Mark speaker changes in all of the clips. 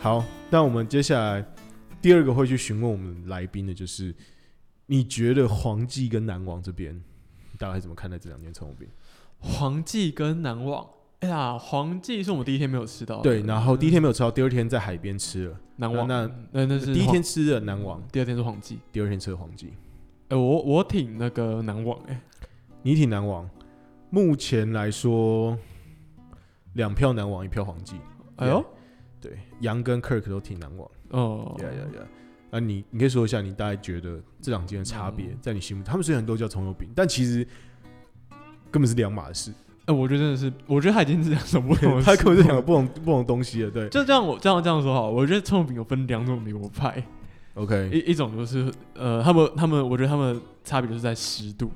Speaker 1: 好，那我们接下来第二个会去询问我们来宾的就是，你觉得黄记跟南王这边大概怎么看待这两间葱油饼？
Speaker 2: 黄记跟南网，哎呀，黄记是我们第一天没有吃到的。嗯
Speaker 1: 对，然后第一天没有吃到，第二天在海边吃了。
Speaker 2: 南网，
Speaker 1: 那
Speaker 2: 那那是
Speaker 1: 第一
Speaker 2: 黄
Speaker 1: 天，吃的南王，
Speaker 2: 第二天是黄记。
Speaker 1: 第二天吃的黄记。
Speaker 2: 哎，我我挺那个南网，哎，
Speaker 1: 你挺南王，目前来说两票南王，一票黄记。
Speaker 2: 哎呦，
Speaker 1: 对，杨跟 Kirk 都挺难忘。
Speaker 2: 哦，
Speaker 1: 呀呀呀！啊，你你可以说一下，你大概觉得这两间的差别
Speaker 2: 嗯
Speaker 1: 在你心目中？他们虽然都叫葱油饼，但其实根本是两码事，
Speaker 2: 哎，我觉得真的是，我觉得他已经是两种不 同的食
Speaker 1: 它
Speaker 2: 物，
Speaker 1: 根本是两个不同不同东西了。对
Speaker 2: 就这样，我这样这样说好了，我觉得葱油饼有分两种流派，
Speaker 1: ，OK
Speaker 2: 一一种就是呃，他们他们，我觉得他们差别就是在湿度，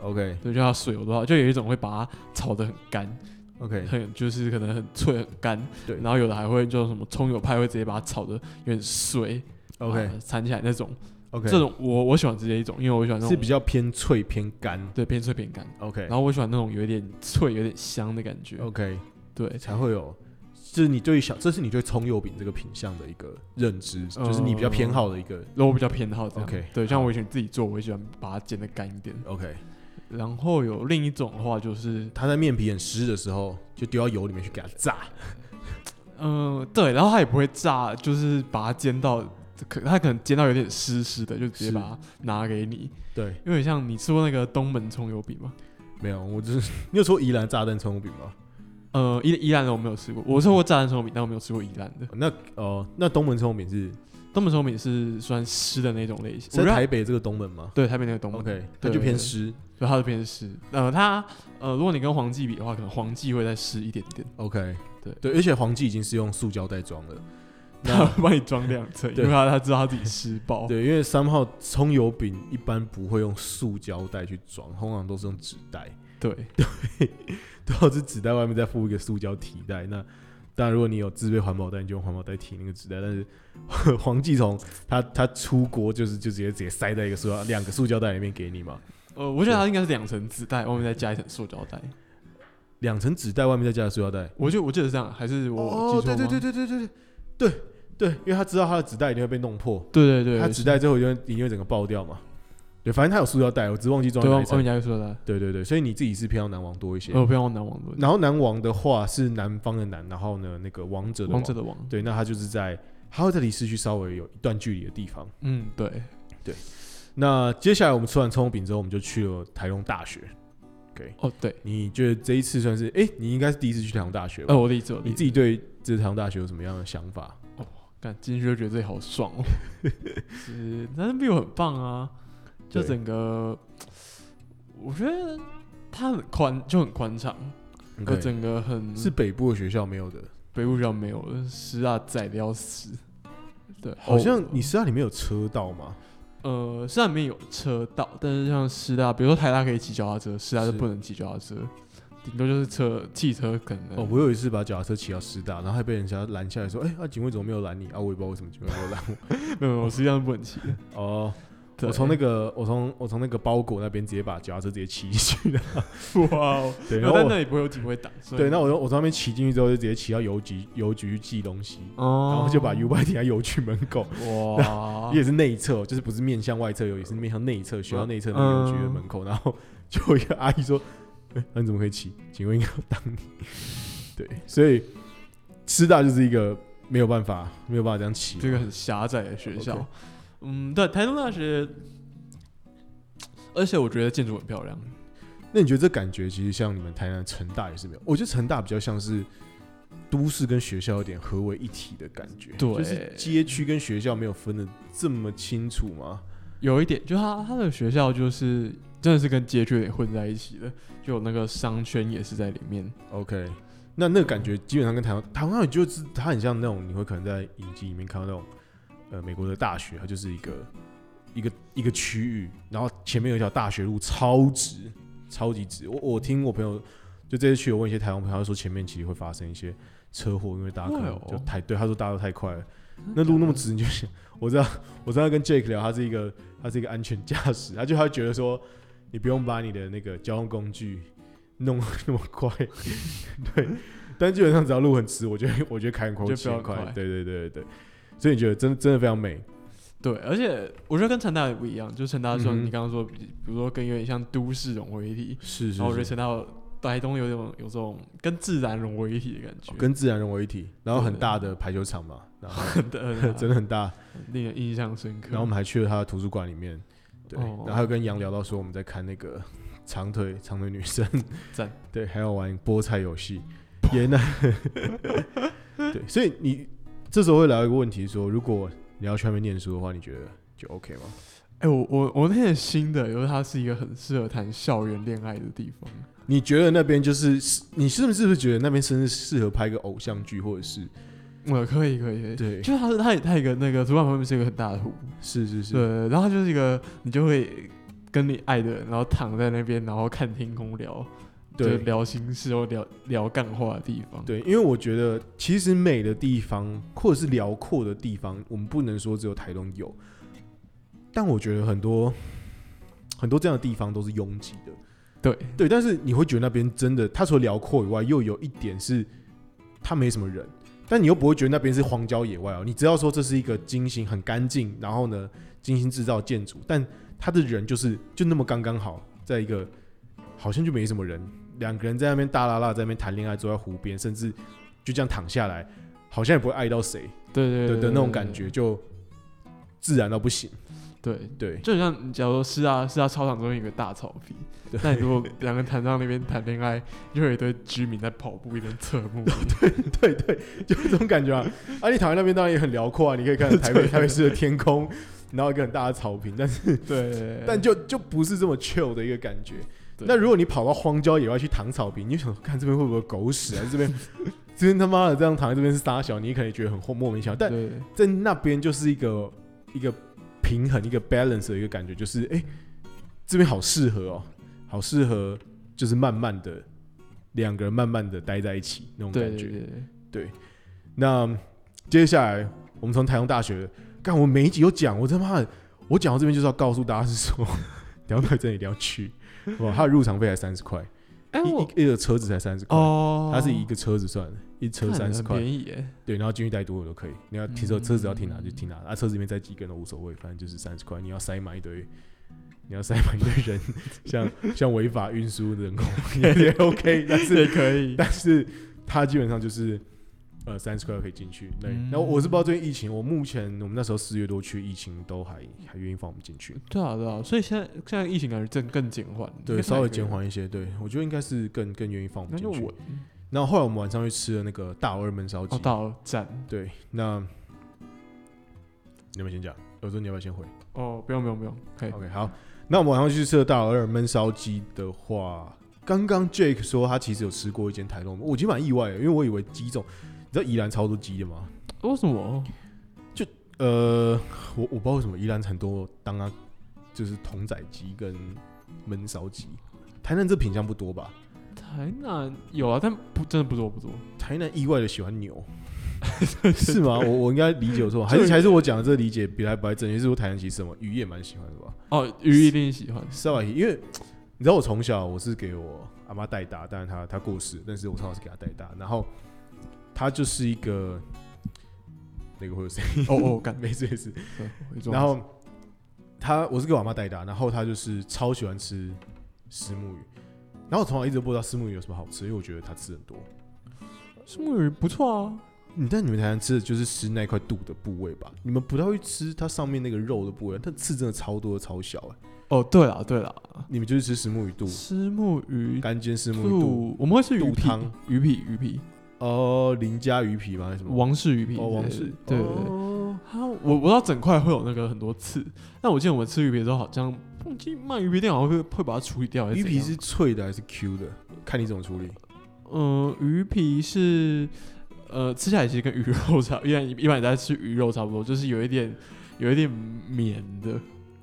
Speaker 1: OK
Speaker 2: 对，就它水有多少，就有一种会把它炒得很干，
Speaker 1: OK，
Speaker 2: 很就是可能很脆很干，
Speaker 1: 对
Speaker 2: 然后有的还会就什么葱油派会直接把它炒得有点碎
Speaker 1: OK
Speaker 2: 啊缠起来那种，
Speaker 1: OK，
Speaker 2: 这种我我喜欢直接一种，因为我喜欢那种
Speaker 1: 是比较偏脆偏干。
Speaker 2: 对边脆边干，
Speaker 1: OK
Speaker 2: 然后我喜欢那种有一点脆有点香的感觉，
Speaker 1: OK，
Speaker 2: 对，
Speaker 1: 哦才会有。这是你对小，这是你对葱油饼这个品相的一个认知，
Speaker 2: 嗯
Speaker 1: 就是你比较偏好的一个。
Speaker 2: 然后我比较偏好这样
Speaker 1: OK，
Speaker 2: 对，像我以前自己做，我也喜欢把它煎得干一点，
Speaker 1: OK，
Speaker 2: 然后有另一种的话就是
Speaker 1: 它在面皮很湿的时候，就丢到油里面去给它炸。
Speaker 2: 嗯，对，然后它也不会炸，就是把它煎到，可它可能煎到有点湿湿的，就直接
Speaker 1: 是
Speaker 2: 把它拿给你。
Speaker 1: 对，
Speaker 2: 因为像你吃过那个东门葱油饼吗？
Speaker 1: 没有，我就是 你有吃过宜兰炸弹葱油饼吗？
Speaker 2: 呃，宜宜兰的我没有吃过，我吃过炸弹葱油饼，但我没有吃过宜兰的。
Speaker 1: 那哦，那东门葱油饼是
Speaker 2: 东门葱油饼是算湿的那种类型，
Speaker 1: 在
Speaker 2: 我觉得它
Speaker 1: 台北这个东门吗
Speaker 2: 对台北那个东门
Speaker 1: ？OK，它
Speaker 2: 对
Speaker 1: 就偏
Speaker 2: 对
Speaker 1: 湿。
Speaker 2: 所以它的偏湿。呃，它呃，如果你跟黄记比的话，可能黄记会再湿一点点，
Speaker 1: OK，
Speaker 2: 对
Speaker 1: 对，而且黄记已经是用塑胶袋装了。
Speaker 2: 它
Speaker 1: 那
Speaker 2: 会帮你装两层，因
Speaker 1: 对
Speaker 2: 为它它知道它自己湿爆。
Speaker 1: 对，因为三号葱油饼一般不会用塑胶袋去装，通常都是用纸袋，
Speaker 2: 对，
Speaker 1: 都是纸袋外面再附一个塑胶提袋。那当然，如果你有自备环保袋，你就用环保袋提那个纸袋。但是 黄继从他他出国就是就直接直接塞在一个塑胶两个塑胶袋里面给你嘛，
Speaker 2: 呃，我觉得它应该是两层纸袋，外面再加一层塑胶袋。
Speaker 1: 两层纸袋外面再加个塑胶袋。
Speaker 2: 我就我记得是这样，还是我
Speaker 1: 哦，
Speaker 2: 记错
Speaker 1: 对
Speaker 2: 吗
Speaker 1: 哦对对对对对对对对，因为他知道他的纸袋一定会被弄破，
Speaker 2: 对对对，
Speaker 1: 他纸袋最后一定会一定会整个爆掉嘛。对，反正他有塑胶袋，我只忘记装
Speaker 2: 对
Speaker 1: 在
Speaker 2: 外
Speaker 1: 哪一层
Speaker 2: 面。加一个塑料袋，
Speaker 1: 对对对，所以你自己是偏向南王多一些。
Speaker 2: 呃，不要往南网论，
Speaker 1: 然后南王的话是南方的南，然后呢那个王者的
Speaker 2: 王者的王，
Speaker 1: 对，那他就是在他会在离市区稍微有一段距离的地方。
Speaker 2: 嗯，对，
Speaker 1: 那接下来我们吃完葱油饼之后，我们就去了台中大学。
Speaker 2: 哦对，
Speaker 1: 你觉得这一次算是哎、你应该是第一次去台中大学吧？
Speaker 2: 呃，我理解，我
Speaker 1: 你
Speaker 2: 理解
Speaker 1: 自己对这台中大学有什么样的想法？
Speaker 2: 干进去就觉得自己好 爽哦，是，但是 view 很棒啊，就
Speaker 1: 对
Speaker 2: 整个，我觉得它很宽，就很宽敞，就
Speaker 1: OK
Speaker 2: 呃整个哦很
Speaker 1: 是北部的学校没有的，
Speaker 2: 北部学校没有了，师大窄的要死，对，
Speaker 1: 好像
Speaker 2: 哦
Speaker 1: 你师大里面有车道吗？
Speaker 2: 呃，虽然没有车道，但是像师大，比如说台大可以骑脚踏车，师大
Speaker 1: 是
Speaker 2: 就不能骑脚踏车，顶多就是车汽车可能。
Speaker 1: 哦，我有一次把脚踏车骑到师大，然后还被人家拦下来说：“哎、啊，警卫怎么没有拦你？”啊，我也不知道为什么警卫没有拦
Speaker 2: 没有，没有我实际上是不能 骑的。
Speaker 1: 我。哦，
Speaker 2: 对
Speaker 1: 我从那个我从我从那个包裹那边直接把脚踏车直接骑进去的。
Speaker 2: 哇哦，
Speaker 1: 对，
Speaker 2: 没
Speaker 1: 然
Speaker 2: 有
Speaker 1: 后
Speaker 2: 但
Speaker 1: 我
Speaker 2: 那里不会有警卫挡，所以
Speaker 1: 对，那我就我从那边骑进去之后，就直接骑到邮局邮局去寄东西，
Speaker 2: 哦，
Speaker 1: 然后就把 U b i 停在邮局门 口。
Speaker 2: 哇，
Speaker 1: 也是内侧，就是不是面向外侧有，也是面向内侧，学校内侧那个邮局的门口，然后 就有一个阿姨说：“哎、那你怎么可以骑？警卫应该要当你。”对，所以师大就是一个没有办法，没有办法这样骑嘛。
Speaker 2: 这个很狭窄的学校
Speaker 1: 嗯 OK。
Speaker 2: 嗯，对，台东大学，而且我觉得建筑很漂亮。
Speaker 1: 那你觉得这感觉其实像你们台南成大也是没有？我觉得成大比较像是都市跟学校有点合为一体的感觉，
Speaker 2: 对
Speaker 1: 就是街区跟学校没有分的这么清楚吗？
Speaker 2: 有一点，就他他的学校就是真的是跟街区有点混在一起的，就有那个商圈也是在里面。
Speaker 1: OK，那那个感觉基本上跟台湾台湾大学就是它很像那种你会可能在影集里面看到那种呃美国的大学，它就是一个一个一个区域，然后前面有一条大学路超直，超级直。我我听我朋友就这次去，我问一些台湾朋友，他说前面其实会发生一些车祸，因为大家可
Speaker 2: 会
Speaker 1: 能
Speaker 2: 哦
Speaker 1: 就太对，他说大家都太快了，那路那么直，你就想，我知道，我知道跟 Jake 聊，他是一个他是一个安全驾驶， 他就他觉得说，你不用把你的那个交通工具弄 那么快，对，但基本上只要路很直，我觉得 我觉得开很快，
Speaker 2: 就不
Speaker 1: 骑
Speaker 2: 要
Speaker 1: 很快
Speaker 2: 快，
Speaker 1: 对对对对对，所以你觉得真真的非常美，
Speaker 2: 对，而且我觉得跟成大也不一样，就成大说
Speaker 1: 嗯哼
Speaker 2: 你刚刚说，比比如说跟有点像都市融为一体，
Speaker 1: 是
Speaker 2: 然后我觉得成大台东有种有这种跟自然融为一体的感觉，
Speaker 1: 跟自然融为一体，然后很
Speaker 2: 对
Speaker 1: 大的排球场嘛，然 后
Speaker 2: 的
Speaker 1: 真的很大，
Speaker 2: 令人印象深刻。
Speaker 1: 然后我们还去了他的图书馆里面，对，
Speaker 2: 哦
Speaker 1: 然后还有跟杨聊到说我们在看那个长腿长腿女生，
Speaker 2: 赞，
Speaker 1: 对，还有玩菠菜游戏，也那， 对，所以你这时候会聊一个问题说如果你要去那边念书的话，你觉得就 OK 吗？
Speaker 2: 哎、我我我那天新的，因为它是一个很适合谈校园恋爱的地方。
Speaker 1: 你觉得那边就是是你是不是是不是觉得那边甚至适合拍个偶像剧，或者是
Speaker 2: 我、嗯可以可以，可以
Speaker 1: 对
Speaker 2: 就是它它它有一个那个主管旁边是一个很大的湖，
Speaker 1: 是是是，
Speaker 2: 对，然后它就是一个你就会跟你爱的人，然后躺在那边，然后看天空聊，就
Speaker 1: 对
Speaker 2: 聊心事或聊聊干话的地方。
Speaker 1: 对，因为我觉得其实美的地方或者是辽阔的地方，我们不能说只有台东有，但我觉得很多很多这样的地方都是拥挤的。
Speaker 2: 对
Speaker 1: 对，但是你会觉得那边真的，它除了辽阔以外，又有一点是它没什么人，但你又不会觉得那边是荒郊野外哦。你知道说这是一个精心很干净，然后呢精心制造的建筑，但它的人就是就那么刚刚好，在一个好像就没什么人，两个人在那边大拉拉，在那边谈恋爱，坐在湖边，甚至就这样躺下来，好像也不会爱到谁
Speaker 2: 对对
Speaker 1: 的
Speaker 2: 对
Speaker 1: 的那种感觉，。就自然到不行。
Speaker 2: 对，
Speaker 1: 对，
Speaker 2: 就很像你假如说师大师大啊操场中有一个大草皮，那你如果两个人谈到那边谈恋爱，就有一堆居民在跑步一边侧 目你。
Speaker 1: 对对，就是这种感觉啊！ 啊，你躺在那边当然也很辽阔啊，你可以看 到台北台北市的天空，然后一个很大的草坪，但是
Speaker 2: 对，
Speaker 1: 但就就不是这么 chill 的一个感觉。
Speaker 2: 对
Speaker 1: 那如果你跑到荒郊野外去躺草坪，你就想看这边会不会有狗屎啊？ 这边这边他妈的这样躺在这边是傻小，你可能也觉得很莫名其妙，但
Speaker 2: 对
Speaker 1: 在那边就是一个一个平衡、一个 balance 的一个感觉，就是哎、诶这边好适合哦，好适合，就是慢慢的两个人慢慢的待在一起那种
Speaker 2: 对
Speaker 1: 感
Speaker 2: 对
Speaker 1: 觉。
Speaker 2: 对对，
Speaker 1: 那接下来我们从台东大学，干我每一集都讲，我他妈的，我讲到这边就是要告诉大家是说， 聊到这里一定要去， 哇，它的入场费才三十块，
Speaker 2: 哎
Speaker 1: 一
Speaker 2: 我
Speaker 1: 一一个车子才三十块，
Speaker 2: 哦，
Speaker 1: 它是以一个车子算的，一车
Speaker 2: 看
Speaker 1: 三十块
Speaker 2: 很，便宜耶，
Speaker 1: 对，然后进去待多久都可以，你要停车
Speaker 2: 嗯
Speaker 1: 车子要停哪就停哪，啊，车子里面载几个人都无所谓，反正就是三十块，你要塞满一堆。你要塞满一堆人， 像像违法运输人 口也也 OK，但 是
Speaker 2: 也可以。
Speaker 1: 但是它基本上就是呃三十块可以进去。对，
Speaker 2: 嗯
Speaker 1: 然后我是不知道最近疫情，我目前我们那时候四月多去，疫情都还还愿意放我们进去，
Speaker 2: 对啊对啊，所以现在现在疫情感觉正更减缓，
Speaker 1: 对，
Speaker 2: 应该
Speaker 1: 稍微
Speaker 2: 蛮
Speaker 1: 减，缓一些。对，我觉得应该是更更愿意放我们
Speaker 2: 那就
Speaker 1: 进去嗯
Speaker 2: 稳。
Speaker 1: 然后后来我们晚上去吃了那个大二焖烧鸡
Speaker 2: 哦，，到站
Speaker 1: 对，那你们先讲，有时候你要不要先回
Speaker 2: 哦，不用不用不用，可以。
Speaker 1: ？OK，好，那我们晚上去吃了大老二焖烧鸡的话。刚刚 Jake 说他其实有吃过一间台东，我其实蛮意外的，因为我以为鸡这种，你知道宜兰超多鸡的吗？
Speaker 2: 为什么？
Speaker 1: 呃，我我不知道为什么宜兰很多当啊，就是童仔鸡跟焖烧鸡，台南这品相不多吧？
Speaker 2: 台南有啊，但不真的不多不多。
Speaker 1: 台南意外的喜欢牛，是吗？我我应该理解有错吗，还是还是我讲的这个理解比来不太正确？是我台南其实什么鱼也蛮喜欢的吧？
Speaker 2: 哦，鱼一定喜 欢。
Speaker 1: 沙瓦鱼，因为你知道我从小我是给我阿妈带大，但是她她过世，但是我从小是给她带大，然后她就是一个那个会有声音，
Speaker 2: 哦哦，干，
Speaker 1: 没事没事，
Speaker 2: 对我一撞
Speaker 1: 然后他我是给我妈带大，然后他就是超喜欢吃石目鱼，然后我从小一直都不知道石目鱼有什么好吃，因为我觉得他吃很多。
Speaker 2: 石目鱼不错啊，
Speaker 1: 你但你们台南吃的就是吃那块肚的部位吧？你们不太会吃它上面那个肉的部位，但刺真的超多超小哎、
Speaker 2: 哦，对了对了，
Speaker 1: 你们就是吃石目鱼 肚，
Speaker 2: 石目鱼
Speaker 1: 干煎石目鱼肚，
Speaker 2: 肚，我们会吃鱼
Speaker 1: 肚
Speaker 2: 皮
Speaker 1: 汤，
Speaker 2: 鱼皮鱼皮，
Speaker 1: 哦、林家鱼皮吗？还是什么？
Speaker 2: 王氏鱼皮之类
Speaker 1: 哦
Speaker 2: 的，
Speaker 1: 王氏，
Speaker 2: 对对对。
Speaker 1: 哦
Speaker 2: 它啊我我知道整块会有那个很多刺，但我记得我们吃鱼皮的时候，好像忘记卖鱼皮店好像会会把它处理掉。还
Speaker 1: 鱼
Speaker 2: 怎
Speaker 1: 皮
Speaker 2: 样
Speaker 1: 是脆的还是 Q 的？看你怎么处理。
Speaker 2: 嗯，鱼皮是呃，吃起来其实跟鱼肉差，一般一般你在吃鱼肉差不多，就是有一点有一点绵的，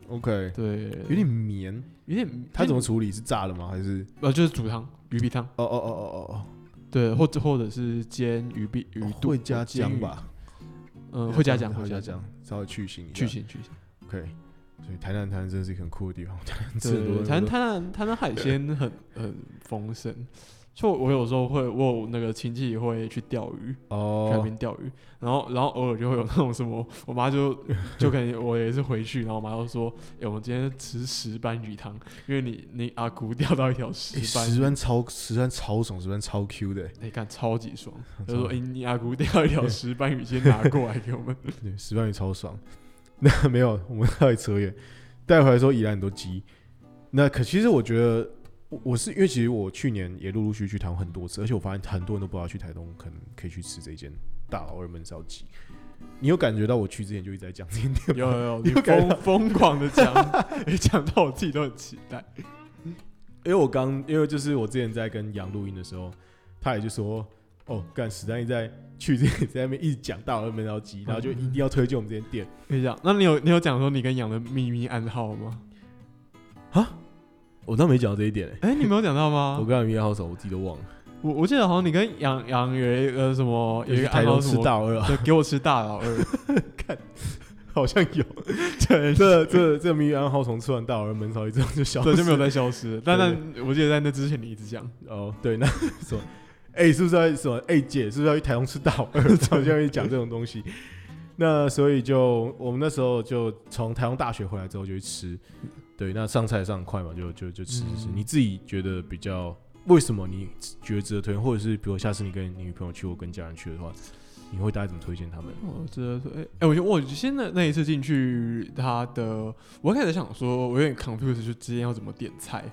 Speaker 1: OK，
Speaker 2: 对，哎
Speaker 1: 有点绵。
Speaker 2: 有点
Speaker 1: 它怎么
Speaker 2: 有点
Speaker 1: 处理？是炸的吗？还是？
Speaker 2: 呃，就是煮汤鱼皮汤，
Speaker 1: 哦哦哦哦哦哦。
Speaker 2: 对，或者或者是煎鱼皮鱼肚
Speaker 1: 会加姜，吧？
Speaker 2: 嗯、会加姜，
Speaker 1: 会
Speaker 2: 会
Speaker 1: 加
Speaker 2: 加
Speaker 1: 姜
Speaker 2: 姜，，
Speaker 1: 稍微去腥一下。
Speaker 2: 去腥去腥。
Speaker 1: OK。所以台南台南真的是一个很酷的地方，台南吃很多
Speaker 2: 对，
Speaker 1: 很
Speaker 2: 台
Speaker 1: 多
Speaker 2: 台南台南海鲜很很丰盛，就我有时候会，我有那个亲戚会去钓鱼，去海
Speaker 1: 哦，
Speaker 2: 边钓鱼，然后然后偶尔就会有那种什么，我妈就就可能我也是回去，然后我妈就说，哎、我们今天吃石斑鱼汤，因为你你阿姑钓到一条石
Speaker 1: 欸
Speaker 2: 斑，
Speaker 1: 石斑超石斑超爽，石斑超 Q 的欸，
Speaker 2: 你看、超级爽，就
Speaker 1: 超
Speaker 2: 说哎、你阿姑钓一条石斑鱼，先拿过来给我 们，
Speaker 1: 对，石斑鱼超爽。那 没有，我们到底扯远。带回来之后，宜兰很多鸡。那可其实我觉得，我我是因为其实我去年也陆陆续续去台东很多次，而且我发现很多人都不知道去台东可能可以去吃这间大老二焖烧鸡。你有感觉到我去之前就一直在讲这间店吗？
Speaker 2: 有有有，你
Speaker 1: 有感觉
Speaker 2: 疯疯狂的讲，你讲到我自己都很期待，
Speaker 1: 因为我刚，因为就是我之前在跟杨录音的时候，他也就说，哦，干史丹一直在去之前在那边一直讲大老二焖烧鸡，然后就一定要推荐我们这间店。
Speaker 2: 可以讲，那你有你有讲说你跟养的秘密暗号吗？
Speaker 1: 我倒没讲到这一点、欸，
Speaker 2: 哎、你没有讲到吗？
Speaker 1: 我刚刚有一个号手，我自己都忘了，
Speaker 2: 我我记得好像你跟杨杨有一个什么有一
Speaker 1: 去
Speaker 2: 个
Speaker 1: 台
Speaker 2: 暗号
Speaker 1: 东
Speaker 2: 什
Speaker 1: 吃
Speaker 2: 么，
Speaker 1: 大老二啊。
Speaker 2: 对，给我吃大老 二，
Speaker 1: 好像有，
Speaker 2: 对，
Speaker 1: 这这这谜语暗号从吃完大老二闷烧一之后就消
Speaker 2: 对
Speaker 1: 失，
Speaker 2: 就没有再消失了。但
Speaker 1: 对
Speaker 2: 但我记得在那之前你一直讲，
Speaker 1: 哦，对， 那什么，哎、是不是要什么？哎、姐，是不是要去台东吃大老二？ 好像会讲这种东西。那所以就我们那时候就从台东大学回来之后就去吃，对，那上菜上快嘛，就就就吃吃吃。
Speaker 2: 嗯
Speaker 1: 你自己觉得比较为什么你觉得值得推荐，或者是比如下次你跟你女朋友去或跟家人去的话，你会大概怎么推荐他们？
Speaker 2: 我觉得说，哎、哎，我觉得我现在那一次进去他的，我一开始想说，我有点 confused，就之前要怎么点菜，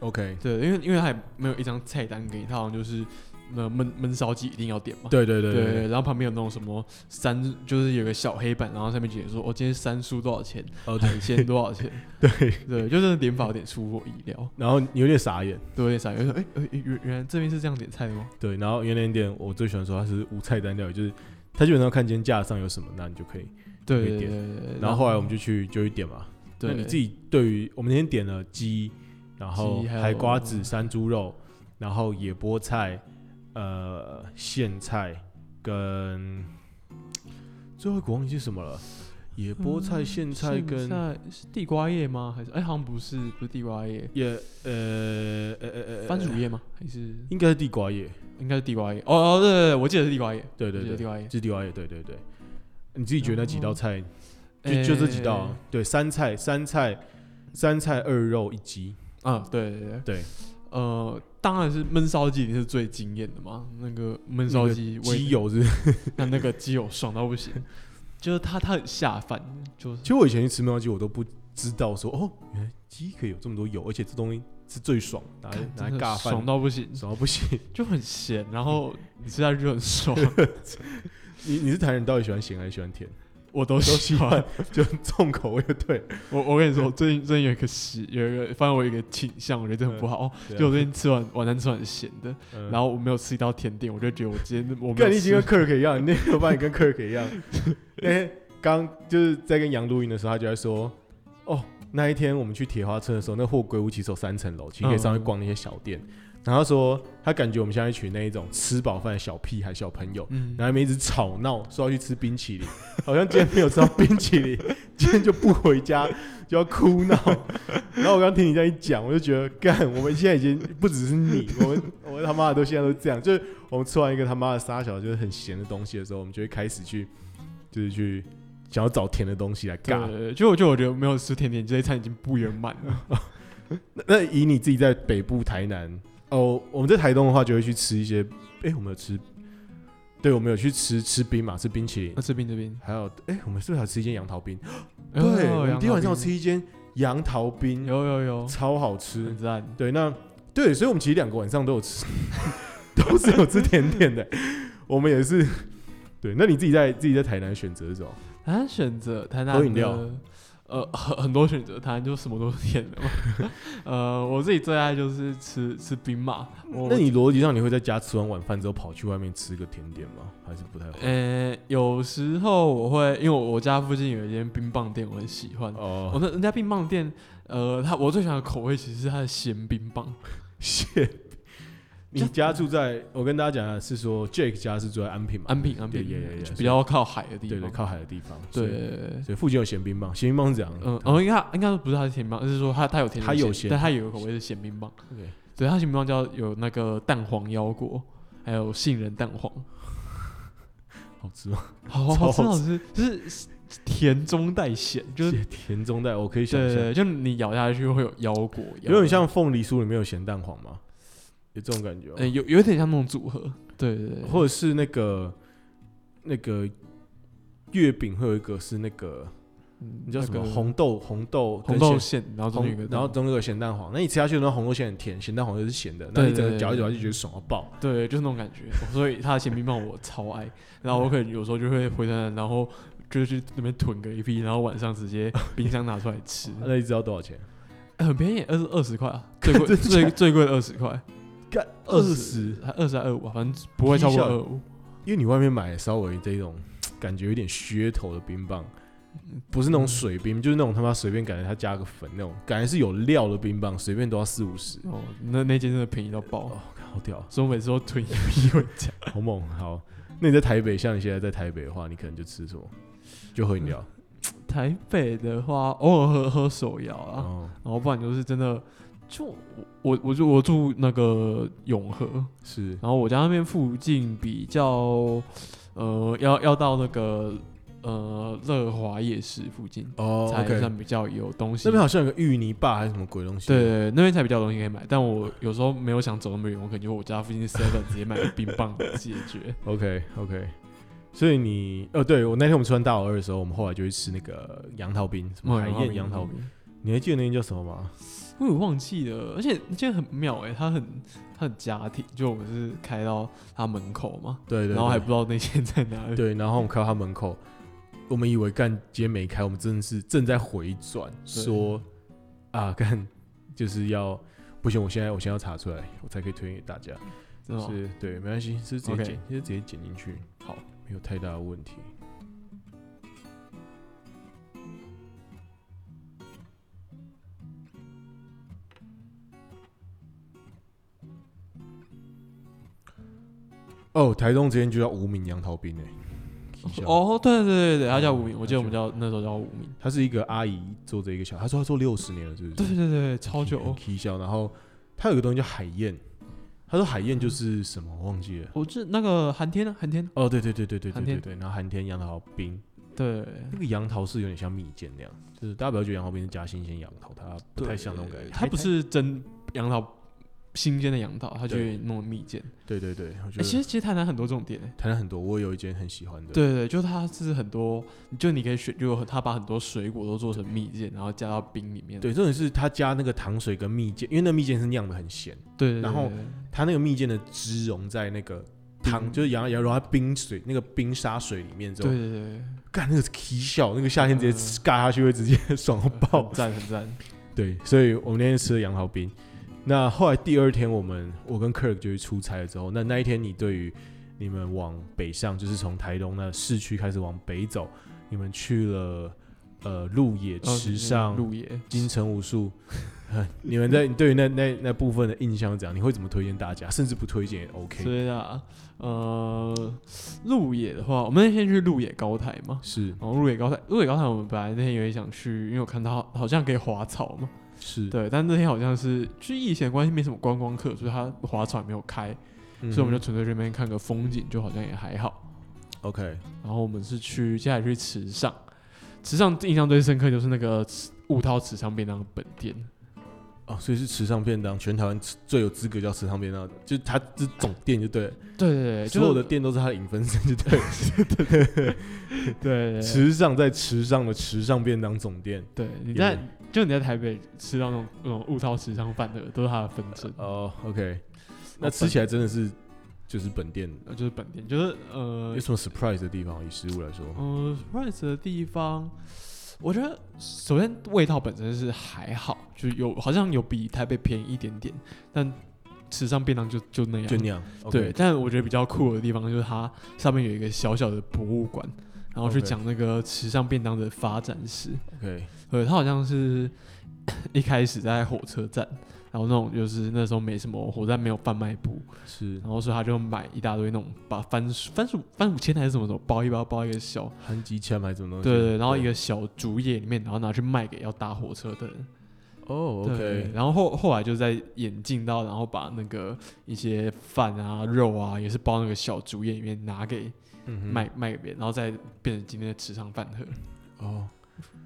Speaker 1: OK，
Speaker 2: 对，因为因为他也没有一张菜单给你，他好像就是那焖焖烧鸡一定要点嘛。
Speaker 1: 对对对
Speaker 2: 对然后旁边有那种什么三，就是有个小黑板，然后上面写说，哦，今天三叔多少钱，
Speaker 1: 哦对
Speaker 2: 海鲜多少钱，
Speaker 1: 对，
Speaker 2: 对，就真的点法有点出乎我意料。
Speaker 1: 然后你有点傻眼。
Speaker 2: 对，有点傻，有点哎哎原原来这边是这样点菜的吗？
Speaker 1: 对，然后圆点点我最喜欢说它是无菜单料理，就是它基本上看今天架上有什么，那你就可以。
Speaker 2: 对
Speaker 1: 可以
Speaker 2: 对对
Speaker 1: 点
Speaker 2: 对对
Speaker 1: 然后后来我们就去就去点嘛。
Speaker 2: 哦对
Speaker 1: 那你自己对于我们那天点了鸡，然后
Speaker 2: 鸡还有
Speaker 1: 海瓜子、山猪肉，然后野菠菜、呃苋菜跟最后一个忘记是什么了，野菠菜、苋菜跟
Speaker 2: 嗯菜是地瓜叶吗？还是哎好像不是不是地瓜叶，
Speaker 1: 也呃呃呃呃
Speaker 2: 番薯叶吗？还是
Speaker 1: 应该是地瓜叶，
Speaker 2: 应该是地瓜叶？哦哦对对对，我记得是地瓜叶，
Speaker 1: 对对
Speaker 2: 我记
Speaker 1: 对
Speaker 2: 得，地瓜叶，哦
Speaker 1: 是地瓜叶，对对对。你自己觉得那几道
Speaker 2: 然后
Speaker 1: 菜就就这几道、啊
Speaker 2: 哎，
Speaker 1: 对，三菜三菜三菜二肉一鸡，
Speaker 2: 啊对对对
Speaker 1: 对，
Speaker 2: 呃当然是焖烧鸡一定是最惊艳的嘛，那个焖烧鸡味
Speaker 1: 鸡油是 不是。
Speaker 2: 那那个鸡有爽到不行，就是它它很下饭，就是
Speaker 1: 其实我以前去吃焖烧鸡，我都不知道说哦，原来鸡可以有这么多油，而且这东西是最爽，拿来
Speaker 2: 看
Speaker 1: 拿来
Speaker 2: 真的
Speaker 1: 尬饭，嗯
Speaker 2: 哎爽到不行，
Speaker 1: 爽到不行。
Speaker 2: 就很咸，然后你吃下去就很爽，
Speaker 1: 你你是台人，到底喜欢咸还是喜欢甜？
Speaker 2: 我都
Speaker 1: 都
Speaker 2: 喜
Speaker 1: 喜
Speaker 2: 欢
Speaker 1: 欢。，就重口味就对了。
Speaker 2: 我我跟你说，我最近最近有一个习，有一个，发现我有一个倾向，我觉得这很不好。哦
Speaker 1: 对啊
Speaker 2: 就我最近吃完晚餐吃完咸的，
Speaker 1: 嗯
Speaker 2: 然后我没有吃一道甜点，我就觉得我今天我没
Speaker 1: 干，
Speaker 2: 有
Speaker 1: 你已经
Speaker 2: 吃
Speaker 1: 跟。Kirk 一样，你那天我把你跟 Kirk 一样。那天刚就是在跟杨录音的时候，他就在说，哦，那一天我们去铁花村的时候，那货柜屋其实有三层楼，其实
Speaker 2: 嗯
Speaker 1: 可以上去逛那些小店。然后他说，他感觉我们像一群那一种吃饱饭的小屁孩、小朋友，
Speaker 2: 嗯，
Speaker 1: 然后他们一直吵闹，说要去吃冰淇淋，好像今天没有吃到冰淇淋， 今天就不回家，就要哭闹。然后我刚听你这样一讲，我就觉得，干，我们现在已经不只是你，我们我们他妈的都现在都这样，就是我们吃完一个他妈的沙小就是很咸的东西的时候，我们就会开始去，就是去想要找甜的东西来
Speaker 2: 对
Speaker 1: 尬。
Speaker 2: 对，对就我就我觉得没有吃甜点这一餐已经不圆满 了。
Speaker 1: 那那以你自己在北部台南哦，我们在台东的话就会去吃一些，哎，我们有吃，对，我们有去吃吃冰嘛，吃冰淇淋
Speaker 2: 那。这边这边，
Speaker 1: 还有，哎、我们是不是还有吃一间杨桃冰？
Speaker 2: 哎
Speaker 1: 对，
Speaker 2: 呦
Speaker 1: 我们
Speaker 2: 杨
Speaker 1: 第一晚上有
Speaker 2: 桃哦
Speaker 1: 吃一间杨桃冰，
Speaker 2: 有有有，
Speaker 1: 超好吃
Speaker 2: 很。赞。
Speaker 1: 对，那对，所以我们其实两个晚上都有吃， 都是有吃甜点的。我们也是，对。那你自己在自己在台南选择是什么？
Speaker 2: 台南选择台南
Speaker 1: 喝
Speaker 2: 的
Speaker 1: 饮料
Speaker 2: 呃， 很很多选择，台南就什么都甜的嘛。 呃，我自己最爱就是吃吃冰嘛。我
Speaker 1: 那你逻辑上你会在家吃完晚饭之后跑去外面吃个甜点吗？还是不太会？
Speaker 2: 呃，有时候我会，因为我我家附近有一间冰棒店，我很喜欢。我、
Speaker 1: 哦，
Speaker 2: 那人家冰棒
Speaker 1: 嗯
Speaker 2: 店，呃，它我最喜欢的口味其实是它的咸冰棒，
Speaker 1: 谢。你家住在，我跟大家讲的是说，Jake 家是住在安平嘛，
Speaker 2: 安平安
Speaker 1: 对
Speaker 2: 平
Speaker 1: 也也也
Speaker 2: 就比较靠海的地
Speaker 1: 对对，
Speaker 2: 方，
Speaker 1: 靠海嗯的地方，所
Speaker 2: 对
Speaker 1: 以
Speaker 2: 对，对对
Speaker 1: 所以附近有咸冰棒，咸冰棒是这样的，
Speaker 2: 嗯，哦，应该应该不是它是甜冰棒，就是说它它有甜，
Speaker 1: 它有咸
Speaker 2: 但它有一个口味是咸冰棒，
Speaker 1: 对，
Speaker 2: 对，它咸冰棒叫有那个蛋黄腰果，还有杏仁蛋黄，
Speaker 1: 好吃吗？
Speaker 2: 好好好吃好吃，哦就是甜中带咸，就是
Speaker 1: 咸甜中带，我可以想
Speaker 2: 对
Speaker 1: 象，
Speaker 2: 对，就你咬下去会有腰果，
Speaker 1: 有点像凤梨酥里面有咸蛋黄吗？有这种感觉吗，
Speaker 2: 呃，有有点像那种组合，对对对，
Speaker 1: 或者是那个那个月饼会有一个是那个
Speaker 2: 你
Speaker 1: 你叫什么红豆红豆跟
Speaker 2: 红豆
Speaker 1: 咸
Speaker 2: 馅，然后中间有一
Speaker 1: 红
Speaker 2: 个，
Speaker 1: 然后中间有个咸蛋黄，那你吃下去的那红豆馅很甜，咸蛋黄又是咸的，那你
Speaker 2: 对对
Speaker 1: 整个
Speaker 2: 对
Speaker 1: 嚼一
Speaker 2: 对
Speaker 1: 嚼就觉得爽到爆。
Speaker 2: 对，就是那种感觉， 所以它的咸冰棒我超爱，然后我可能有时候就会回台南，然后就去那边囤个一批，然后晚上 直接冰箱拿出来吃，
Speaker 1: 那一只要多少钱？
Speaker 2: 哎很便宜，二十二十 块啊，最贵
Speaker 1: 真假
Speaker 2: 最最贵的二十块，
Speaker 1: 干
Speaker 2: 20，还二十还二五啊，反正不会超过
Speaker 1: 低效
Speaker 2: 二五，
Speaker 1: 因为你外面买稍微这种感觉有点噱头的冰棒，不是
Speaker 2: 嗯
Speaker 1: 那种水冰，就是那种他妈随便感觉它加个粉那种，感觉是有料的冰棒，随便都要四五十。
Speaker 2: 哦，那那间真的便宜到爆
Speaker 1: 哦，，干好屌，
Speaker 2: 所以我每次都囤一批回家。
Speaker 1: 好猛！好，那你在台北，像你现在在台北的话，你可能就吃什么？就喝饮料。
Speaker 2: 台北的话，偶尔喝喝手摇啊，
Speaker 1: 哦，
Speaker 2: 然后不然就是真的，就我我我就我住那个永和，
Speaker 1: 是
Speaker 2: 然后我家那边附近比较，呃，要要到那个呃乐华夜市附近、
Speaker 1: 哦
Speaker 2: 才
Speaker 1: ，OK。
Speaker 2: 算比较有东西。
Speaker 1: 那边好像有个芋泥坝还是什么鬼东西？
Speaker 2: 对对，对那边才比较有东西可以买。但我有时候没有想走那么远，我可能就我家附近 seven 直接买个冰棒解 决。
Speaker 1: OK OK，所以你呃，对我那天我们吃完大老二的时候，我们后来就去吃那个杨桃冰，什么海燕杨桃冰，
Speaker 2: 哦冰，
Speaker 1: 你还记得那间叫什么吗？
Speaker 2: 我有忘记了，而且那间很妙哎、欸，它很它很家庭，就我们是开到它门口嘛，
Speaker 1: 对对对，
Speaker 2: 然后还不知道那间在哪里。
Speaker 1: 对，然后我们开到他门口，我们以为干今天没开，我们真的是正在回转，说啊干就是要不行，我现在我先要查出来，我才可以推荐给大家。
Speaker 2: 真的哦
Speaker 1: 是对，没关系，是直接
Speaker 2: OK
Speaker 1: 剪是直接剪进去，
Speaker 2: 好，
Speaker 1: 没有太大的问题。哦，台东之前就叫无名杨桃冰诶、欸，
Speaker 2: 哦，对对对对，他叫无名，
Speaker 1: 嗯
Speaker 2: 我记得我们
Speaker 1: 他
Speaker 2: 叫那时候叫无名。
Speaker 1: 她是一个阿姨做这一个小，她说她做六十年了，是不是？
Speaker 2: 对对对，超久哦
Speaker 1: 很，啼笑。然后她有个东西叫海燕，她说海燕就是什么我忘记了。
Speaker 2: 我记得那个寒天啊，寒天，
Speaker 1: 哦，对对对对对对
Speaker 2: 寒
Speaker 1: 对
Speaker 2: 天
Speaker 1: 对，然后寒天杨桃冰，
Speaker 2: 对
Speaker 1: 那个杨桃是有点像蜜饯那样，就是大家不要觉得杨桃冰是加新鲜杨桃，它不
Speaker 2: 对，哎
Speaker 1: 太像那种感觉。
Speaker 2: 它不是真杨桃，新鲜的杨桃，它就有点弄蜜饯。
Speaker 1: 对对对，我觉
Speaker 2: 哎，
Speaker 1: 得
Speaker 2: 其实其实台南很多这种店欸，
Speaker 1: 台南很多，我有一间很喜欢的，
Speaker 2: 对对，就它是很多，就你可以选，就有它把很多水果都做成蜜饯，然后加到冰里面。
Speaker 1: 对，重点是她加那个糖水跟蜜饯，因为那蜜饯是酿的很咸，
Speaker 2: 对对，
Speaker 1: 然后
Speaker 2: 对对
Speaker 1: 它那个蜜饯的汁融在那个汤，
Speaker 2: 冰
Speaker 1: 就是杨杨融在冰水那个冰沙水里面之后，
Speaker 2: 对对 对对，
Speaker 1: 干那个啼笑，那个夏天直接
Speaker 2: 嗯
Speaker 1: 尬下去会直接 爽到爆
Speaker 2: 很。赞很 赞。
Speaker 1: 对，所以我们那天吃了杨桃冰。那后来第二天，我们我跟 Kirk 就去出差了之后，那那一天你对于你们往北上，就是从台东那市区开始往北走，你们去了呃鹿野、
Speaker 2: 然后
Speaker 1: 池上、
Speaker 2: 哦鹿野，
Speaker 1: 金城武术。你们在你对于那那那部分的印象是怎样？你会怎么推荐大家？甚至不推荐也 OK。
Speaker 2: 所以啊，呃，鹿野的话，我们那天去鹿野高台嘛，
Speaker 1: 是
Speaker 2: 然后鹿野高台，鹿野高台我们本来那天有点想去，因为我看到好像可以滑草嘛，
Speaker 1: 是，
Speaker 2: 对，但那天好像是就疫情的关系没什么观光客，所以它滑草也没有开，
Speaker 1: 嗯哼
Speaker 2: 所以我们就纯粹这边看个风景，就好像也还好。
Speaker 1: OK。
Speaker 2: 然后我们是去接下来去池上，池上印象最深刻就是那个池雾涛池上便当本店，
Speaker 1: 哦，所以是池上便当，全台湾吃最有资格叫池上便当的，就是它是总店就对了，
Speaker 2: 对对对，就是
Speaker 1: 所有的店都是它的影分身就对 了。
Speaker 2: 对对 对
Speaker 1: 池上在池上的池上便当总店，
Speaker 2: 对，你
Speaker 1: 有
Speaker 2: 在就你在台北吃到那种那种雾涛池上饭的，都是它的分身，
Speaker 1: 哦，OK，那吃起来真的是就是本店，
Speaker 2: 呃就是本店，就是呃
Speaker 1: 有什么 surprise 的地方？以食物来说，
Speaker 2: 呃 surprise 的地方，我觉得首先味道本身是还好，就有好像有比台北便宜一点点，但池上便当就就那样，
Speaker 1: 就那样，
Speaker 2: 对，，但我觉得比较酷的地方就是它上面有一个小小的博物馆，然后去
Speaker 1: OK
Speaker 2: 讲那个池上便当的发展史。
Speaker 1: OK，
Speaker 2: 对，它好像是一开始在火车站，然后那种就是那时候没什么火但没有贩卖部，
Speaker 1: 是
Speaker 2: 然后所以他就买一大堆那种把番薯番薯番薯签还是什么什么包一包包一个小，
Speaker 1: 含机枪还是什么东西？
Speaker 2: 对对，然后一个小竹叶里面，然后拿去卖给要搭火车的人。
Speaker 1: 哦
Speaker 2: 对
Speaker 1: ，OK，
Speaker 2: 然后后后来就在演进到，然后把那个一些饭啊、肉啊，也是包那个小竹叶里面拿给
Speaker 1: 嗯哼
Speaker 2: 卖、卖给别人，然后再变成今天的池上饭盒，
Speaker 1: 哦，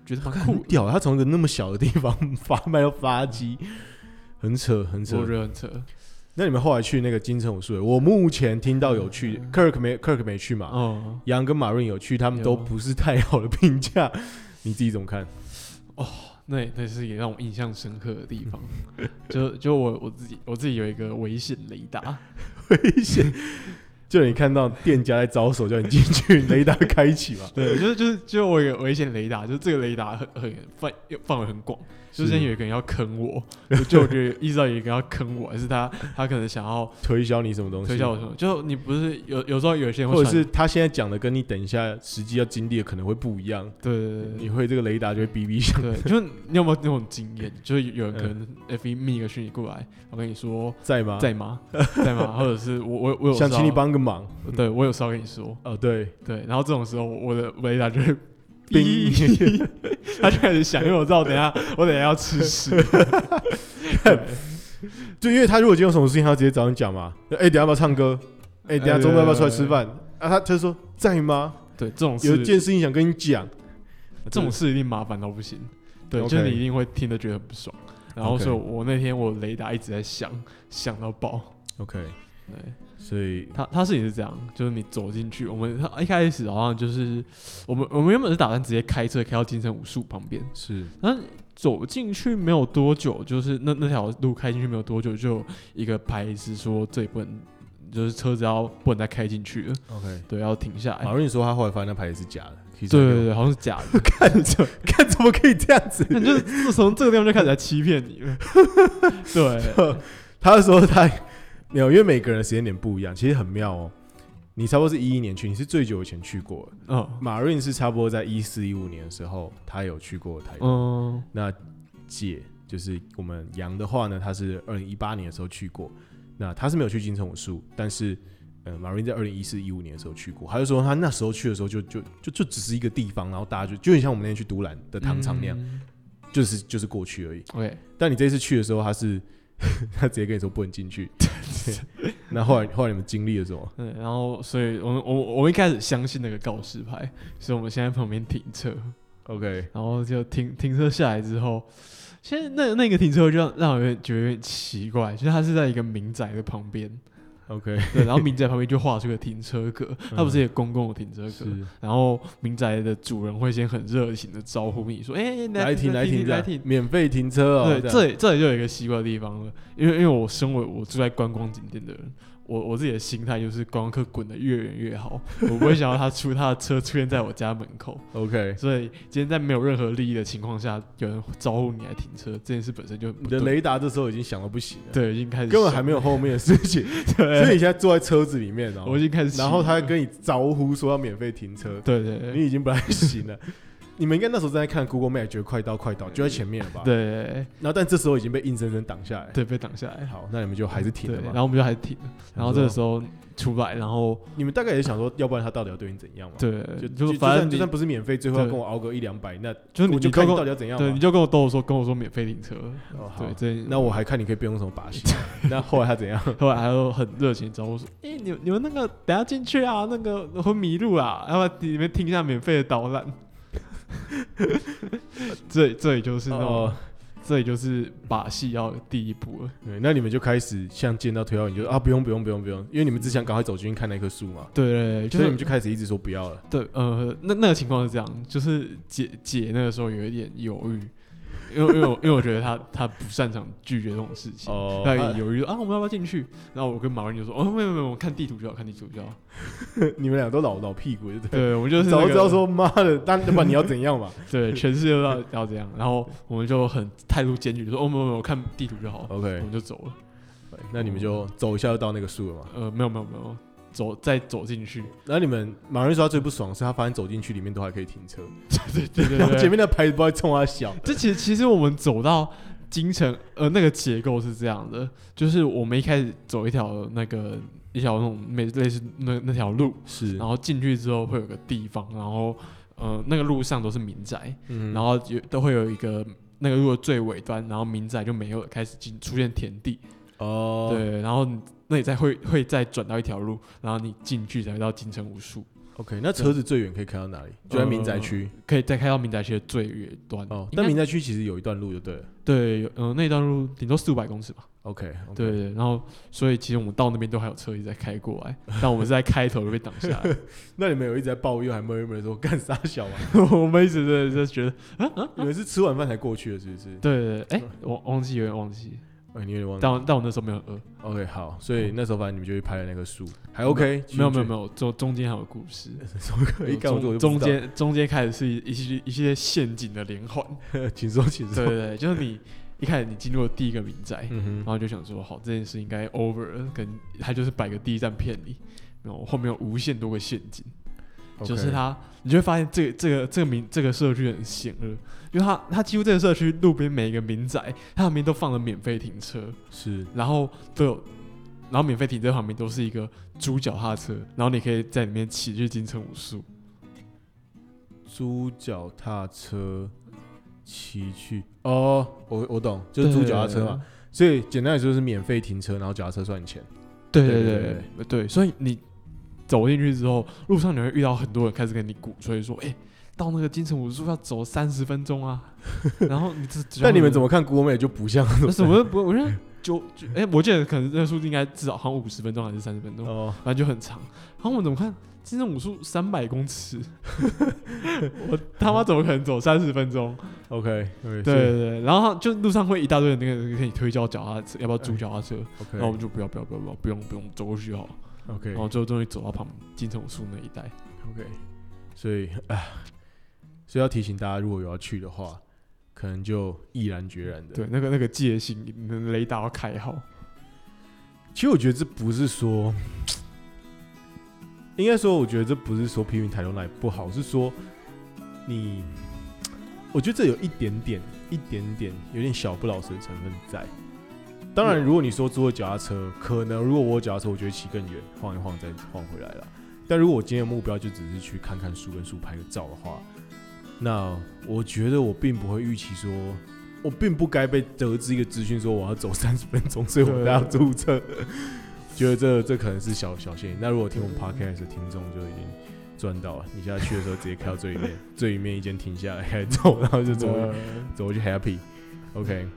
Speaker 2: 觉得蛮
Speaker 1: 看
Speaker 2: 酷
Speaker 1: 很
Speaker 2: 的，
Speaker 1: 屌，他从一个那么小的地方 发卖到发机，很扯很扯
Speaker 2: 我。觉得很扯。
Speaker 1: 那你们后来去那个金城武术，我目前听到有 去，Kirk 没 Kirk 没去嘛，
Speaker 2: 嗯，
Speaker 1: 杨跟马润有去，他们
Speaker 2: 有
Speaker 1: 都不是太好的评 价，你自己怎么看？
Speaker 2: 那那是也让我印象深刻的地方。
Speaker 1: 嗯
Speaker 2: 就就我我自己我自己有一个危险雷 达，
Speaker 1: 危险。就你看到店家在招手叫你进去，雷达开启嘛？
Speaker 2: 对，就是就是就我有个危险雷达，就是这个雷达很很范范围很广，就
Speaker 1: 是
Speaker 2: 是之前有一个人要 坑我，就就我觉得意识到有一个人要坑我，还是他他可能想要。
Speaker 1: 推销你什么东西？
Speaker 2: 推销我什么？就你不是有有时候有些人会
Speaker 1: 或者
Speaker 2: 传
Speaker 1: 是他现在讲的跟你等一下实际要经历的可能会不一样，
Speaker 2: 对对
Speaker 1: 你
Speaker 2: 对
Speaker 1: 会这个雷达就会哔哔响，
Speaker 2: 对，对就是你有没有那种经验？就是有人可能
Speaker 1: 嗯
Speaker 2: F 一密一个讯息过来，我跟你说
Speaker 1: 在吗？
Speaker 2: 在吗？在吗？或者是我我我有
Speaker 1: 想
Speaker 2: 事
Speaker 1: 请
Speaker 2: 要
Speaker 1: 你，帮个忙。
Speaker 2: 对我有事要跟你说，
Speaker 1: 哦，对，
Speaker 2: 对，然后这种时候我的雷达 就会。
Speaker 1: 叮
Speaker 2: 哔， 他就开始响，因为我知道等一下我等一下要吃屎。对
Speaker 1: 对，因为他如果今天有什么事情，他直接找你讲嘛。哎、等一下要不要唱歌？哎、等一下中午要不要出来吃饭？啊，他他说在吗？
Speaker 2: 对，这种
Speaker 1: 有
Speaker 2: 事
Speaker 1: 一件事情想跟你讲。
Speaker 2: 这种事一定麻烦到不行，对
Speaker 1: OK
Speaker 2: 就是你一定会听得觉得很不爽。然后
Speaker 1: OK
Speaker 2: 所以我那天我雷达一直在响，响到爆。
Speaker 1: OK，
Speaker 2: 对，
Speaker 1: 所以
Speaker 2: 他他是也是这样，就是你走进去，我们他一开始好像就是我们我们原本是打算直接开车开到金城武术旁边，
Speaker 1: 是
Speaker 2: 但走进去没有多久，就是那那条路开进去没有多久，就有一个牌子说这里不能，就是车子要不能再开进去了，
Speaker 1: OK。
Speaker 2: 对，要停下来
Speaker 1: 马。瑞说他后来发现那牌子是假的，可以
Speaker 2: 对
Speaker 1: 再
Speaker 2: 对
Speaker 1: 给我，
Speaker 2: 对，好像是假的，
Speaker 1: 看 着看怎么可以这样子？
Speaker 2: 那就是从这个地方就开始来欺骗你了。对，
Speaker 1: 他说他没有，因为每个人的时间点不一样，其实很妙哦。你差不多是一一年去，你是最久以前去过的。
Speaker 2: 嗯
Speaker 1: 马润是差不多在一四一五年的时候，他有去过台东。
Speaker 2: 嗯
Speaker 1: 那姐就是我们杨的话呢，他是二零一八年的时候去过，那他是没有去金城武术，但是呃，马云在二零一四一五年的时候去过，他就说他那时候去的时候就就就就只是一个地方，然后大家就就很像我们那天去独揽 的糖厂那样，
Speaker 2: 嗯
Speaker 1: 就是就是过去而已。
Speaker 2: ，OK，
Speaker 1: 但你这次去的时候，他是 他直接跟你说不能进去。 对那后来后来你们经历了什么？
Speaker 2: 对，然后所以我们我我们一开始相信那个告示牌，所以我们现在旁边停车，
Speaker 1: OK，
Speaker 2: 然后就停停车下来之后，现在那那个停车位就让让我有点觉得有点奇怪，就是它是在一个民宅的旁边，
Speaker 1: OK，
Speaker 2: 对，然后民宅旁边就画出个停 车格，它不是一个公共的停车格，
Speaker 1: 嗯是
Speaker 2: 然后民宅的主人会先很热情的招呼你说，哎、
Speaker 1: 来停来停
Speaker 2: 来
Speaker 1: 来
Speaker 2: 停
Speaker 1: 停，。免费停车哦。
Speaker 2: 对，
Speaker 1: 样
Speaker 2: 这里这里就有一个奇怪的地方了，因为因为我身为我住在观光景点的人，我我自己的心态就是观光客滚得越远越好，我不会想要他出他的车出现在我家门口，
Speaker 1: OK，
Speaker 2: 所以今天在没有任何利益的情况下，有人招呼你来停车，这件事本身就
Speaker 1: 你
Speaker 2: 不
Speaker 1: 的
Speaker 2: 对，
Speaker 1: 雷达这时候已经响到不行了。
Speaker 2: 对，已经开始
Speaker 1: 根本还
Speaker 2: 想
Speaker 1: 没有后面的事情，所以
Speaker 2: 对，
Speaker 1: 你现在坐在车子里面哦
Speaker 2: 我已，经开始，
Speaker 1: 然后他跟你招呼说要免费停车，
Speaker 2: 对对对
Speaker 1: 你已经不太行了。 你们应该那时候正在看 Google Map，觉得快到快到，就在前面了吧？。
Speaker 2: 对对
Speaker 1: 然后但这时候已经被硬生生挡下来。。
Speaker 2: 对被挡下来，
Speaker 1: 好，那你们就还是停
Speaker 2: 对，
Speaker 1: 了
Speaker 2: 然
Speaker 1: 嘛。
Speaker 2: 后我们就还停了，然后这个时候出来，然后
Speaker 1: 你们大概也想说，要不然他到底要对你怎样嘛？。
Speaker 2: 对，
Speaker 1: 哦就
Speaker 2: 就
Speaker 1: 就
Speaker 2: 反正
Speaker 1: 就算就算
Speaker 2: 你
Speaker 1: 不是免费，最后要
Speaker 2: 对
Speaker 1: 跟我熬个一两百，那
Speaker 2: 就是你
Speaker 1: 我就
Speaker 2: 你
Speaker 1: 看
Speaker 2: 跟
Speaker 1: 你到
Speaker 2: 我
Speaker 1: 底要怎样
Speaker 2: 对，你
Speaker 1: 嘛。
Speaker 2: 就跟我兜说跟我说免费停车，
Speaker 1: 哦好
Speaker 2: 对，这
Speaker 1: 那我还看你可以不用什么把戏。那后来他怎样？
Speaker 2: 后来还有很热情地招呼说：“哎、你你们那个等下进去啊，那个会迷路啊，要不要你们听一下免费的导览？”这这里 就是那种，
Speaker 1: 哦
Speaker 2: 这里就是把戏要的第一步了。
Speaker 1: 对，那你们就开始像见到推销，你就啊不用不用不用不用，因为你们只想赶快走进去看那棵树嘛。
Speaker 2: 对对对，就
Speaker 1: 所以你
Speaker 2: 是
Speaker 1: 们就开始一直说不要了。
Speaker 2: 对呃，那那个情况是这样，就是姐姐那个时候有一点犹豫，因为因为我因为我觉得她她不擅长拒绝这种事情。
Speaker 1: 哦
Speaker 2: 她也犹豫说啊，我们要不要进去？然后我跟马文就说，哦，没有没有，我看地图就好，看地图就好。
Speaker 1: 你们俩都老老屁股，对不对？
Speaker 2: 对，我们就是、那
Speaker 1: 早
Speaker 2: 个、
Speaker 1: 就知道说妈的，但不然你要怎样嘛
Speaker 2: 对， 全世界都要要这样，然后我们就很态度坚决，就说哦没有没有，我看地图就好，我
Speaker 1: ？OK，
Speaker 2: 们就走了。
Speaker 1: 那你们就走一下就到那个树了嘛。
Speaker 2: 呃，没有没有没有，走再走进去，
Speaker 1: 然后你们马瑞说他最不爽的是他发现走进去里面都还可以停车，
Speaker 2: 对对对
Speaker 1: 然后
Speaker 2: 对
Speaker 1: 前
Speaker 2: 对。
Speaker 1: 面那牌子不知道冲他笑。
Speaker 2: 这其实其实我们走到京城呃那个结构是这样的，就是我们一开始走一条那个一条那种类类似那那条路，
Speaker 1: 是，
Speaker 2: 然后进去之后会有个地方，然后呃那个路上都是民宅，
Speaker 1: 嗯
Speaker 2: 然后有都会有一个那个路的最尾端，然后民宅就没有了开始进出现田地，
Speaker 1: 哦，，
Speaker 2: 对，然后你那你再会会再转到一条路，然后你进去才会到京城武术，
Speaker 1: OK，那车子最远可以开到哪里？就在民宅区
Speaker 2: 可以再开到民宅区的最远端。
Speaker 1: 哦，
Speaker 2: 应
Speaker 1: 但
Speaker 2: 该
Speaker 1: 民宅区其实有一段路就对了。
Speaker 2: 对，有嗯、那一段路顶多四五百公尺吧。
Speaker 1: OK，
Speaker 2: 对对，然后所以其实我们到那边都还有车一直在开过 来，但我们是在开头就被挡下来。
Speaker 1: 那你们有一直在抱怨，还闷闷说干啥小 啊？
Speaker 2: 我们一直在在觉得，
Speaker 1: 你们是吃完饭才过去的，是不是？
Speaker 2: 对对，对哎，我忘记有点忘记，
Speaker 1: 哎，你有点忘记
Speaker 2: 但。我但我那时候没有很饿，
Speaker 1: OK，好，所以那时候反正你们就去拍了那个树，还 OK，
Speaker 2: 没有没有没
Speaker 1: 有，
Speaker 2: 有，中中间还有故事。
Speaker 1: 可以干我
Speaker 2: 中
Speaker 1: 就
Speaker 2: 中间中间开始是一一些一些陷阱的连 环，
Speaker 1: 间， 请说，请
Speaker 2: 对
Speaker 1: 说。
Speaker 2: 对对，就是你一开始你进入了第一个民宅，
Speaker 1: 嗯哼，
Speaker 2: 然后就想说，好，这件事应该 over 了，可能他就是摆个第一站骗你，然后后面有无限多个陷阱，就是他，你就会发现这个这个这个民这个社区很险恶，因为他他几乎这个社区路边每一个民宅，它旁边都放了免费停车，
Speaker 1: 是
Speaker 2: 然后都有，然后免费停车旁边都是一个租脚踏车，然后你可以在里面骑去金城武术，
Speaker 1: 租脚踏车骑去哦，我我懂，就是
Speaker 2: 对
Speaker 1: 租脚踏车嘛，。所以简单来说就是免费停车，然后脚踏车算你钱。
Speaker 2: 对
Speaker 1: 对
Speaker 2: 对
Speaker 1: 对
Speaker 2: 对对对所以你走进去之后，路上你会遇到很多人开始跟你鼓吹说：“哎、到那个金城武术要走三十分 钟啊。”然后你这，
Speaker 1: 但你们怎么看郭美就不像那
Speaker 2: 那
Speaker 1: 种
Speaker 2: 什么不？我觉得就就哎、我记得可能这个数字应该至少好像五十分钟还是三十分 钟，
Speaker 1: 哦，
Speaker 2: 反正就很长。然后我怎么看金城武术三百 公尺，我他妈怎么可能走三十分钟？
Speaker 1: OK，对
Speaker 2: 对对对，然后就路上会一大堆人那个可以推销脚踏车，要不要租脚踏车？
Speaker 1: ，OK，
Speaker 2: 然后我们就不要不要不要不要不用不用走过去就好了。
Speaker 1: OK
Speaker 2: 然后最后终于走到旁金城武术那一带。
Speaker 1: OK，所以啊，所以要提醒大家，如果有要去的话，可能就毅然决然的。
Speaker 2: 对，，那个那个戒心，你的雷达要开好。
Speaker 1: 其实我觉得这不是说，应该说，我觉得这不是说批评台中哪里不好，是说你，我觉得这有一点点、一点点有点小不老实的成分在。当然，如果你说租了脚踏车，可能如果我有脚踏车，我就会骑更远，晃一晃再晃回来了。但如果我今天的目标就只是去看看书跟书拍个照的话，那我觉得我并不会预期说，我并不该被得知一个资讯说我要走三十分钟，所以我
Speaker 2: 对
Speaker 1: 都要注册。觉得这这可能是小小陷阱。那如果听我们 podcast 的听众就已经赚到了，你现在去的时候直接开到最里面，最里面一间停下来开始走，然后就走
Speaker 2: 对
Speaker 1: 走回去 happy。OK，